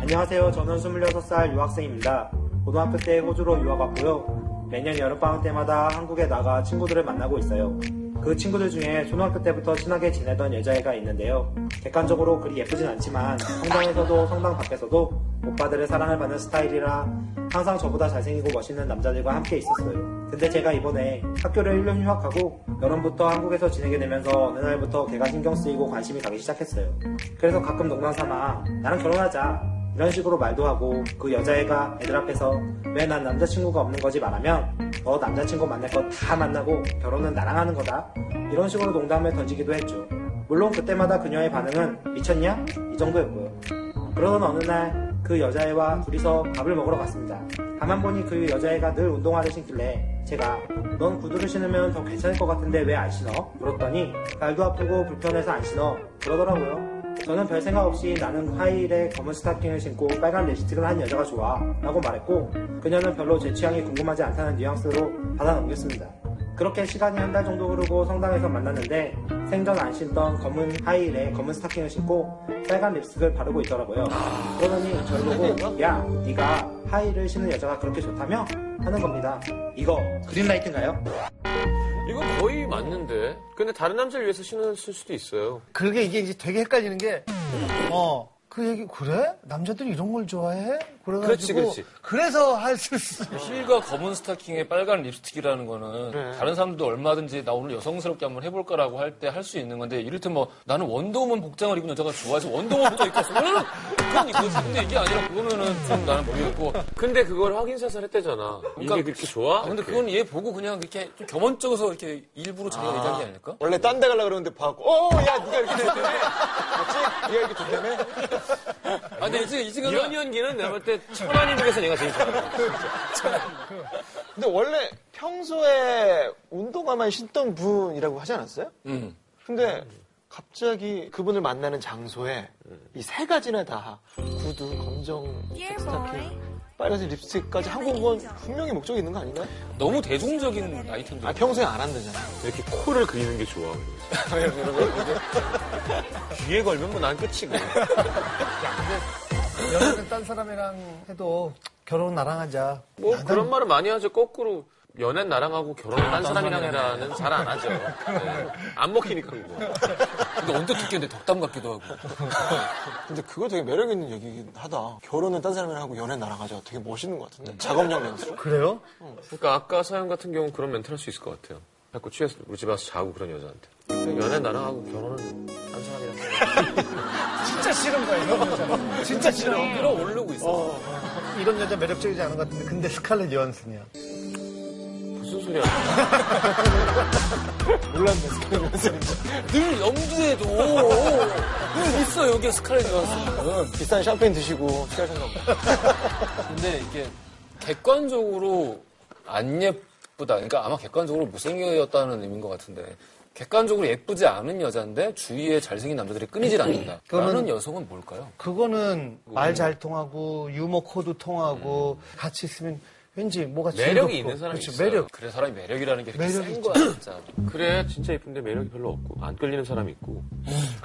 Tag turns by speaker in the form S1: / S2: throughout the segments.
S1: 안녕하세요. 저는 26살 유학생입니다. 고등학교 때 호주로 유학 왔고요. 매년 여름방학 때마다 한국에 나가 친구들을 만나고 있어요. 그 친구들 중에 초등학교 때부터 친하게 지내던 여자애가 있는데요. 객관적으로 그리 예쁘진 않지만 성당에서도 성당 밖에서도 오빠들의 사랑을 받는 스타일이라 항상 저보다 잘생기고 멋있는 남자들과 함께 있었어요. 근데 제가 이번에 학교를 1년 휴학하고 여름부터 한국에서 지내게 되면서 어느 날부터 걔가 신경 쓰이고 관심이 가기 시작했어요. 그래서 가끔 농담삼아 나랑 결혼하자 이런 식으로 말도 하고 그 여자애가 애들 앞에서 왜 난 남자친구가 없는 거지 말하면 너 남자친구 만날 거 다 만나고 결혼은 나랑 하는 거다 이런 식으로 농담을 던지기도 했죠. 물론 그때마다 그녀의 반응은 미쳤냐? 이 정도였고요. 그러던 어느 날 그 여자애와 둘이서 밥을 먹으러 갔습니다. 가만 보니 그 여자애가 늘 운동화를 신길래 제가 넌 구두를 신으면 더 괜찮을 것 같은데 왜 안 신어? 물었더니 발도 아프고 불편해서 안 신어 그러더라고요. 저는 별 생각 없이 나는 하이힐에 검은 스타킹을 신고 빨간 립스틱을 한 여자가 좋아 라고 말했고 그녀는 별로 제 취향이 궁금하지 않다는 뉘앙스로 받아 넘겼습니다. 그렇게 시간이 한 달 정도 흐르고 성당에서 만났는데 생전 안 신던 검은 하이힐에 검은 스타킹을 신고 빨간 립스틱을 바르고 있더라고요. 그러더니 저를 보고 야 네가 하이힐을 신는 여자가 그렇게 좋다며? 하는 겁니다. 이거 그린라이트인가요?
S2: 이건 거의 맞는데. 근데 다른 남자를 위해서 신을 쓸 수도 있어요.
S3: 그게 이게 이제 되게 헷갈리는 게, 어, 그 얘기, 그래? 남자들이 이런 걸 좋아해? 그래가지고.
S2: 그렇지, 그렇지.
S3: 래서 할수 있어.
S4: 힐과 검은 스타킹에 빨간 립스틱이라는 거는
S2: 네.
S4: 다른 사람도 얼마든지 나 오늘 여성스럽게 한번 해볼까라고 할 때 할 수 있는 건데 이를테 뭐 나는 원더우먼 복장을 입은 여자가 좋아해서 원더우먼 복장 입고 왔어. 그거는 그건 이거지. 근데 이게 아니라 그거면은 좀 나는 모르겠고.
S2: 근데 그걸 확인사살 했대잖아. 이게 그렇게 좋아?
S4: 아, 근데
S2: 이렇게.
S4: 그건 얘 보고 그냥 이렇게 좀 겸원적으로 이렇게 일부러 자기가 얘기한 게 아닐까?
S5: 원래 딴 데 가려고 그러는데 봐갖고 어야 네가 이렇게 됐다며 맞지? 네가 이렇게 됐다며
S4: 아, 근데 이제 이
S2: 이런
S4: 친구는
S2: 연기는 내가 볼 때 천안인 중에서 얘가 제일 좋아.
S5: 근데 원래 평소에 운동화만 신던 분이라고 하지 않았어요?
S4: 음.
S5: 근데 갑자기 그분을 만나는 장소에 이 세 가지나 다 구두, 검정
S6: Dear boy,
S5: 스타킹, 빨간색 립스틱까지 하고 온 건 분명히 목적이 있는 거 아닌가요?
S4: 너무 대중적인 아이템들.
S5: 아 평소에 안 한다잖아
S2: 이렇게 코를 그리는 게 좋아. 귀에 걸면 뭐 난 끝이고.
S3: 연애는 딴 사람이랑 해도 결혼 나랑 하자.
S2: 뭐 그런 말을 많이 하죠. 거꾸로 연애 나랑 하고 결혼을 딴 사람이랑
S4: 사람이랑
S2: 해라는 잘 안 하죠. 네. 안 먹히니까 그거.
S4: 근데 언뜻 듣기는데 덕담 같기도 하고.
S5: 근데 그거 되게 매력 있는 얘기긴 하다 결혼은 딴 사람이랑 하고 연애 나랑 하자 되게 멋있는 것 같은데 작업용 연습
S3: 그래요?
S2: 그러니까 아까 사연 같은 경우는 그런 멘트를 할 수 있을 것 같아요. 자꾸 취해서 우리 집에 와서 자고 그런 여자한테. 연애 나랑 하고 결혼은 딴 사람이랑 해라.
S3: 진짜 싫은 거야, 이런 여자. 진짜 싫어.
S4: 끌어오르고 있어.
S3: 이런 여자 매력적이지 않은 것 같은데, 근데 스칼렛 요한슨이야.
S2: 무슨 소리야.
S4: 늘 염두에도 늘 있어 여기 스칼렛 요한슨은
S5: 비싼 샴페인 드시고 취하셨나 보다
S4: 근데 이게 객관적으로 안 예쁘다 그러니까 아마 객관적으로 못생겼다는 의미인 것 같은데 객관적으로 예쁘지 않은 여자인데 주위에 잘생긴 남자들이 끊이질 않는다 라는 여성은 뭘까요?
S3: 그거는 말 잘 통하고, 유머 코드 통하고, 같이 있으면 왠지 뭐가
S2: 음. 매력이
S3: 즐겁고.
S2: 있는 사람이
S3: 그렇죠,
S2: 있어요.
S3: 매력.
S4: 그래 사람이 매력이라는 게 이렇게
S3: 매력이
S4: 센 거야 진짜
S2: 그래 진짜 예쁜데 매력이 별로 없고 안 끌리는 사람이 있고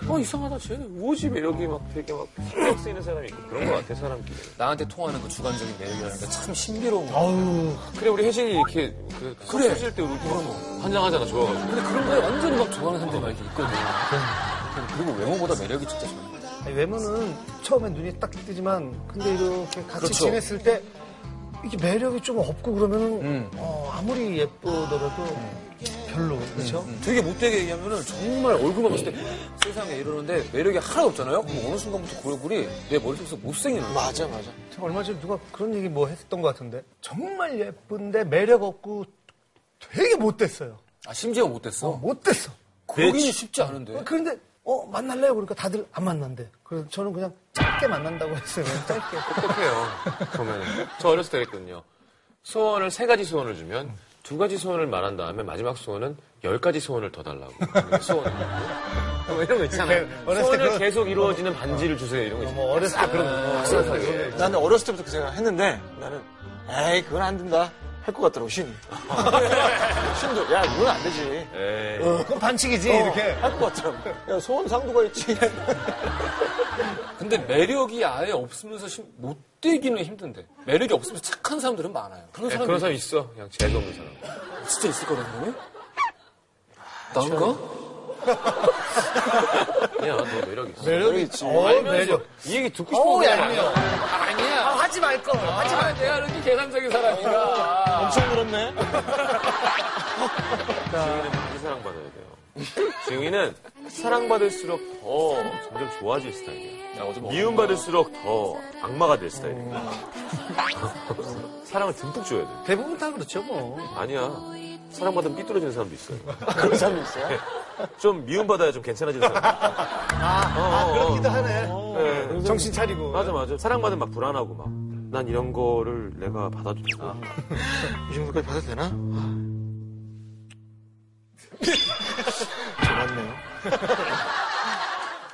S2: 어 이상하다 쟤는 뭐지 매력이 막 되게 막 신경 쓰이는 사람이 있고 그런 것 같아 사람끼리
S4: 나한테 통하는 그 주관적인 매력이라는 게 참 신비로운 거
S3: 어우,
S2: 그래 우리 혜진이 이렇게 그
S4: 그래.
S2: 술 때 우리 그 환장하잖아 좋아가지고
S4: 근데 그런 거에 완전히 막 좋아하는 사람들이 막 이렇게 있거든 그리고 외모보다 매력이 진짜 좋아요
S3: 아니, 외모는 처음에 눈이 딱 뜨지만 근데 이렇게 같이
S4: 그렇죠.
S3: 지냈을 때 이게 매력이 좀 없고 그러면은
S4: 음.
S3: 어, 아무리 예쁘더라도 별로 그렇죠?
S4: 음. 되게 못되게 얘기하면은 정말 얼굴만 봤을 때 세상에 이러는데 매력이 하나도 없잖아요? 그럼 어느 순간부터 그 얼굴이 내 머릿속에서 못생기는 거야.
S5: 맞아 맞아
S3: 제가 얼마 전에 누가 그런 얘기 뭐 했었던 것 같은데 정말 예쁜데 매력 없고 되게 못됐어요.
S4: 아, 심지어 못됐어?
S3: 못됐어.
S4: 그러기는 쉽지 않은데.
S3: 그런데 어 만날래요? 그러니까 다들 안 만난대. 그래서 저는 그냥 짧게 만난다고 했어요. 그냥 짧게.
S2: 똑똑해요 그러면 저 어렸을 때 그랬거든요 소원을 세 가지 소원을 주면 두 가지 소원을 말한 다음에 마지막 소원은 열 가지 소원을 더 달라고 소원 뭐 이런 거 있잖아요
S3: 그, 어렸을 때
S2: 소원을
S3: 그런-
S2: 계속 이루어지는 반지를 주세요 이런 거 있잖아요
S3: 뭐 어렸을 때 그런 거.
S2: 게
S5: 나는 어렸을 때부터 그 생각 했는데 나는 에이 그건 안 된다 할 것 같더라고 신 신도 야 이건 안 되지
S3: 네.
S5: 어,
S2: 에이
S3: 어, 그건 반칙이지 이렇게.
S5: 할 것 같더라고 야 소원 상도가 있지
S4: 근데 근데 매력이 아예 없으면서 심- 못 되기는 힘든데 매력이 없으면서 착한 사람들은 많아요. 네, 그런
S2: 야,
S4: 사람이
S2: 그런 사람 있어. 그냥 재수 없는 사람.
S4: 진짜 있을 아, 거라는 거네? 난가?
S2: 아니야, 너 매력 있어.
S3: 매력이지. 어, 매력.
S2: 이 얘기 듣고
S3: 어우,
S2: 싶어.
S3: 얄미워.
S4: 아니야.
S3: 하지 말걸. 하지
S4: 하지만 아, 내가 이렇게 계산적인 사람이라.
S5: 엄청 늘었네.
S2: 지웅이는 많이 사랑받아야 돼요. 지웅이는 사랑받을수록 더 점점 좋아질 스타일이에요.
S4: 야, 어제 먹었나?
S2: 미움받을수록 더 악마가 될 스타일이에요. 사랑을 듬뿍 줘야 돼.
S3: 대부분 다 그렇죠, 뭐.
S2: 아니야. 사랑받으면 삐뚤어지는 사람도 있어요.
S5: 그런 사람이 있어요?
S2: 좀 미움받아야 좀 괜찮아지는 사람. 어,
S3: 아, 그렇기도 하네.
S2: 네.
S3: 정신 차리고.
S2: 맞아, 맞아. 사랑받으면 막 불안하고 막. 난 이런 거를 내가 받아도 되나?
S5: 이 정도까지 받아도 되나? 좋았네요.